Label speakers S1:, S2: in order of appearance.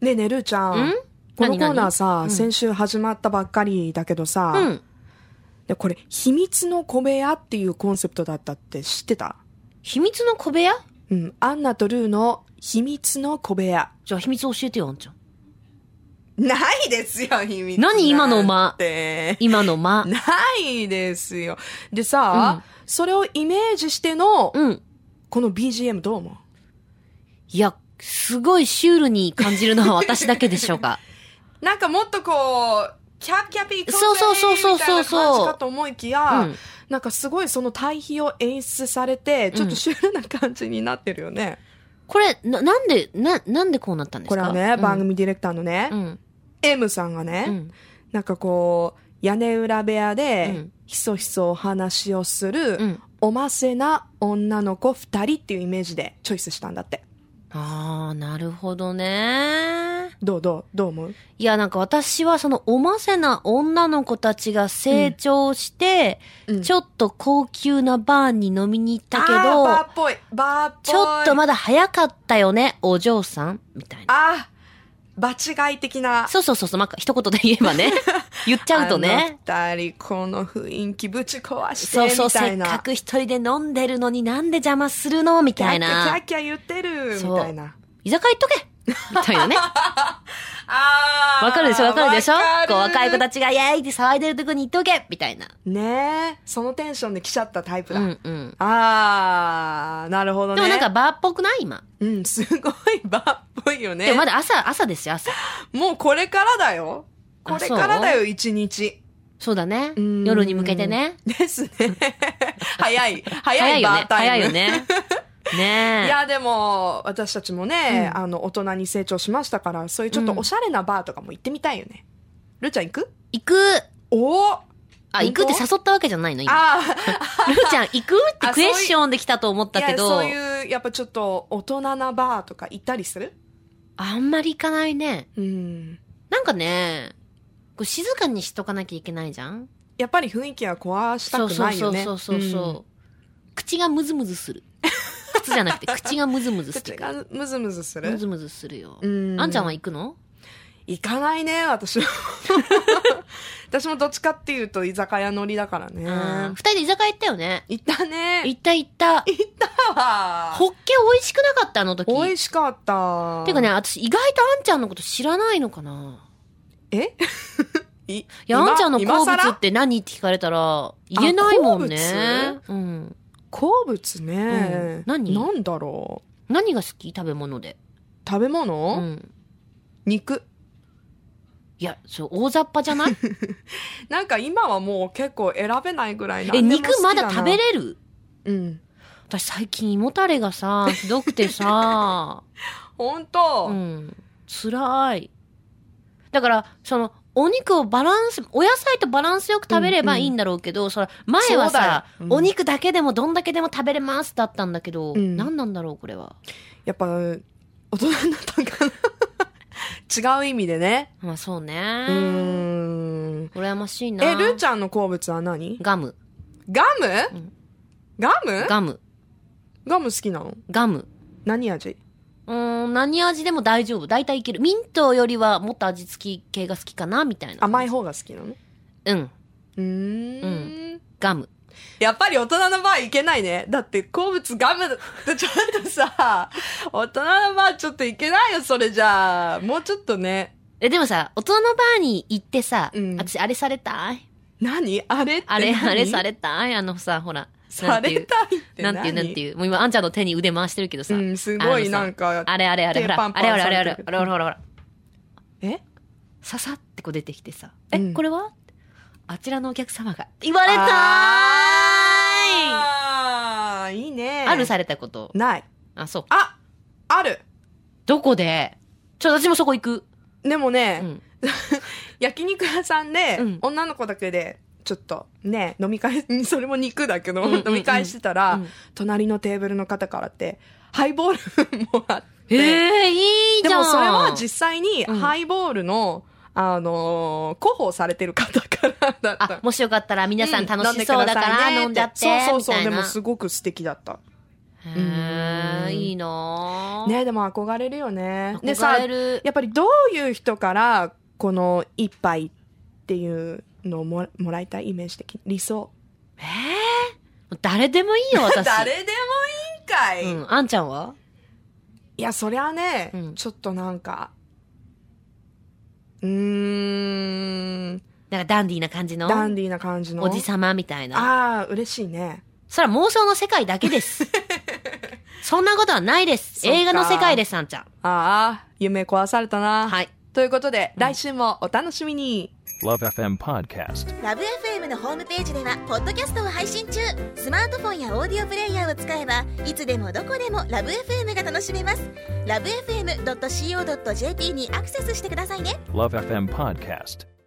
S1: ねえねるちゃん
S2: ん
S1: この
S2: 何
S1: コー
S2: 何
S1: ナーさ、
S2: うん
S1: 先週始まったばっかりだけどさ、
S2: うん。
S1: でこれ「秘密の小部屋」っていうコンセプトだったって知ってた
S2: 秘密の小部屋
S1: うんアンナとルーの「秘密の小部屋
S2: じゃあ秘密教えてよ、あんちゃん。」
S1: ないですよ秘密
S2: 何今の間
S1: って
S2: 今の間。
S1: ないですよでさ、それをイメージしての、
S2: うん。
S1: この BGM どう思う
S2: いや、すごいシュールに感じるのは私だけでしょう か。
S1: なんかもっとこう、キャピキャピ行こうぜ
S2: そうそうそうそう
S1: みたいな感じかと思いきや、
S2: うん
S1: なんかすごいその対比を演出されて、ちょっとシュールな感じになってるよね。
S2: これ、な、なんで、な、なんでこうなったんです
S1: こ
S2: か
S1: れはね、番。組ディレクターのね、
S2: うんうん。
S1: M さんがね、
S2: うん。
S1: なんかこう、屋根裏部屋で、
S2: うん
S1: ひそひそお話をする、
S2: うん
S1: おませな女の子二人っていうイメージでチョイスしたんだって。
S2: ああ、なるほどね。
S1: どうどうどう思う
S2: いや、なんか私はそのおませな女の子たちが成長して、
S1: うん
S2: ちょっと高級なバーに飲みに行ったけ
S1: あーバ
S2: ど、
S1: ーっぽい。バーっぽい。
S2: ちょっとまだ早かったよね、お嬢さんみたいな。
S1: あー、場違い的な。
S2: そうそうそうそう、まあ、一言で言え ばね。言っちゃうとね。
S1: あの二人、この雰囲気ぶち壊して、
S2: そうそう、
S1: みた
S2: せ
S1: い
S2: っ
S1: な。
S2: かく一人で飲んでるのになんで邪魔するのみ
S1: キ
S2: た
S1: ャ
S2: い
S1: ッキャキャ
S2: な
S1: ッ。キャ言ってる、
S2: そう
S1: みたいな。
S2: 居酒屋行っとけみたい なね。
S1: あー
S2: わかるでしょわかるでしょ
S1: わかる
S2: こう若い子たちがイエーイって騒いでるとこに行っとけみたいな。
S1: ねえ、そのテンションで来ちゃったタイプ
S2: う
S1: だ。
S2: んうん。
S1: あー、なるほどね。
S2: でもなんか、バーっぽくない今。
S1: うん、すごいバーっぽいよね。
S2: でもまだ朝、朝ですよ、朝。
S1: もうこれからだよ。これからだよ、一日。
S2: そうだね。
S1: うん
S2: 夜に向けてね。
S1: ですね。 早い。早
S2: 早
S1: い
S2: いよ
S1: バ
S2: ね
S1: ー。タイム。
S2: 早いよ ね。ねえ。
S1: いやでも私たちもね、あの大人に成長しましたからそういうちょっとおしゃれなバーとかも行ってみたいよね、るーちゃん行く
S2: 行く。
S1: おお
S2: あ、行くって誘ったわけじゃないの今。
S1: あ
S2: ルーちゃん行くって
S1: あ
S2: クエスチョンで来たと思っ
S1: あい
S2: たけ
S1: や
S2: ど
S1: そう、いうやっぱちょっと大人なバーとか行ったりする
S2: あんまり行かないね。
S1: うん
S2: なんかね、こう静かにしとかなきゃいけないじゃん
S1: やっぱり雰囲気は壊した
S2: そう
S1: く
S2: そ
S1: な
S2: う
S1: い
S2: そ
S1: よ
S2: う
S1: ね
S2: そうそうそう、
S1: ん
S2: 口がムズムズする。靴じゃ なくて口がムズムズして
S1: 口
S2: く
S1: が
S2: る。
S1: ムズムズす
S2: ム
S1: る
S2: ズムズするよ。
S1: うん
S2: あんちゃんは行くの
S1: 行かないね私 は私もどっちかっていうと居酒屋乗りだからね
S2: うん二人で居酒屋行ったよね。
S1: 行ったね
S2: 行った行った。
S1: たわ
S2: ホッケ美味しくなかったあの時。
S1: 美味しかった
S2: てかね、私意外とあんちゃんのこと知らないのかな。
S1: え いい
S2: いや、あんちゃんの好物
S1: 今更
S2: って何って聞かれたら、言えないもんね
S1: あ。
S2: うん。
S1: 好物ね、
S2: うん何
S1: なんだろう
S2: 何が好き食べ物で。
S1: 食べ
S2: う
S1: 物、
S2: ん。
S1: 肉
S2: いや、そう、大雑把じゃない
S1: なんか今はもう結構選べないぐらいな
S2: え、肉まだ食べれる
S1: うん
S2: 私最近胃もたれがさ、ひどく てさ、
S1: 本当、
S2: うん。辛い。だから、その、お肉をバランス、お野菜とバランスよく食べればいいんだろうけど、それ前はさ、
S1: そうだようん
S2: お肉だけでもどんだけでも食べれますだったんだけど、
S1: うん
S2: 何なんだろう、これは。
S1: やっぱ大人になったんかな 違う意味でね
S2: まあそうね。
S1: うーん
S2: 羨ましいな。
S1: えるーちゃんの好物は何
S2: ガム、
S1: ガム、
S2: うん
S1: ガム
S2: ガム、
S1: ガム好きなの
S2: ガム。
S1: 何味
S2: うーん、何味でも大丈夫。大体いける。ミントよりはもっと味付き系が好きかな、みたいな。
S1: 甘い方が好きなのう
S2: うん、
S1: ーん
S2: ガム。
S1: やっぱり大人のバー行けないね。だって好物ガムってちょっとさ、 大人のバーちょっと行けないよ、それじゃあ。もうちょっとね。
S2: え、でもさ、大人のバーに行ってさ、
S1: うん
S2: 私、あれされたい
S1: 何あれって
S2: あれ、
S1: 何
S2: あれされたいあのさ、ほら。
S1: されたいって
S2: な
S1: 何
S2: んていう、なんていう、なんていう。もう今、あんちゃんの手に腕回してるけどさ。
S1: うん、すごいなんか。
S2: あれあれあ
S1: 手
S2: れ、ほら。
S1: パンパ
S2: あ
S1: ン
S2: れあれあれあれ、
S1: さ
S2: あ
S1: れてる
S2: れほらほらほら。
S1: え
S2: ささってこう出てきてさ。え、
S1: うん
S2: これはあちらのお客様が。言われたーいあ
S1: あーいいね。
S2: るされたこと。
S1: ない。
S2: あ、そう。
S1: あある
S2: どこでちょ、私もそこ行く。
S1: でも
S2: う
S1: ね、
S2: ん。
S1: 焼肉屋さんで、
S2: うん
S1: 女の子だけで、ちょっとね、飲み会、 それも肉だけど、
S2: うんうんうん
S1: 飲み会してたら、
S2: うん
S1: 隣のテーブルの方からって、ハイボールもあって、
S2: ええいい
S1: で
S2: じゃん。
S1: もそれは実際に
S2: うん
S1: ハイボールの、あのー広報されてる方からだった。
S2: あ、もしよかったら皆さん楽しそうだから
S1: ん
S2: 飲んじゃって。
S1: そうそうそう。
S2: みたい
S1: で
S2: な
S1: もすごく素敵だった。
S2: へ
S1: う
S2: え、
S1: ん
S2: いいなぁ。
S1: ねでも憧れるよねでさ
S2: 憧れる。
S1: やっぱりどういう人からこの一杯っていうのをもらもらいたいイメージ的に理想
S2: ええ誰で もいいよ、私。
S1: でもいいんかい
S2: うん、あんちゃんはい
S1: やそりゃね、
S2: うん
S1: ちょっとなんかうーん
S2: なんかダンディーな感じの
S1: ダンディーな感じの
S2: おじ様みたいな。
S1: ああ嬉しいね
S2: それは妄想の世界だ けです。そんなことはないです。
S1: そっか
S2: 映画の世界です、あんちゃん。
S1: ああ夢壊されたな、
S2: はい。
S1: ということで来週もお楽しみに、
S3: Love FM Podcast.
S4: ラブ f m のホームページではポッドキャストを配信中スマートフォンやオーディオプレイヤーを使えばいつでもどこでもラブ f m が楽しめますラブ FM.co.jp にアクセスしてくださいね
S3: Love FM Podcast.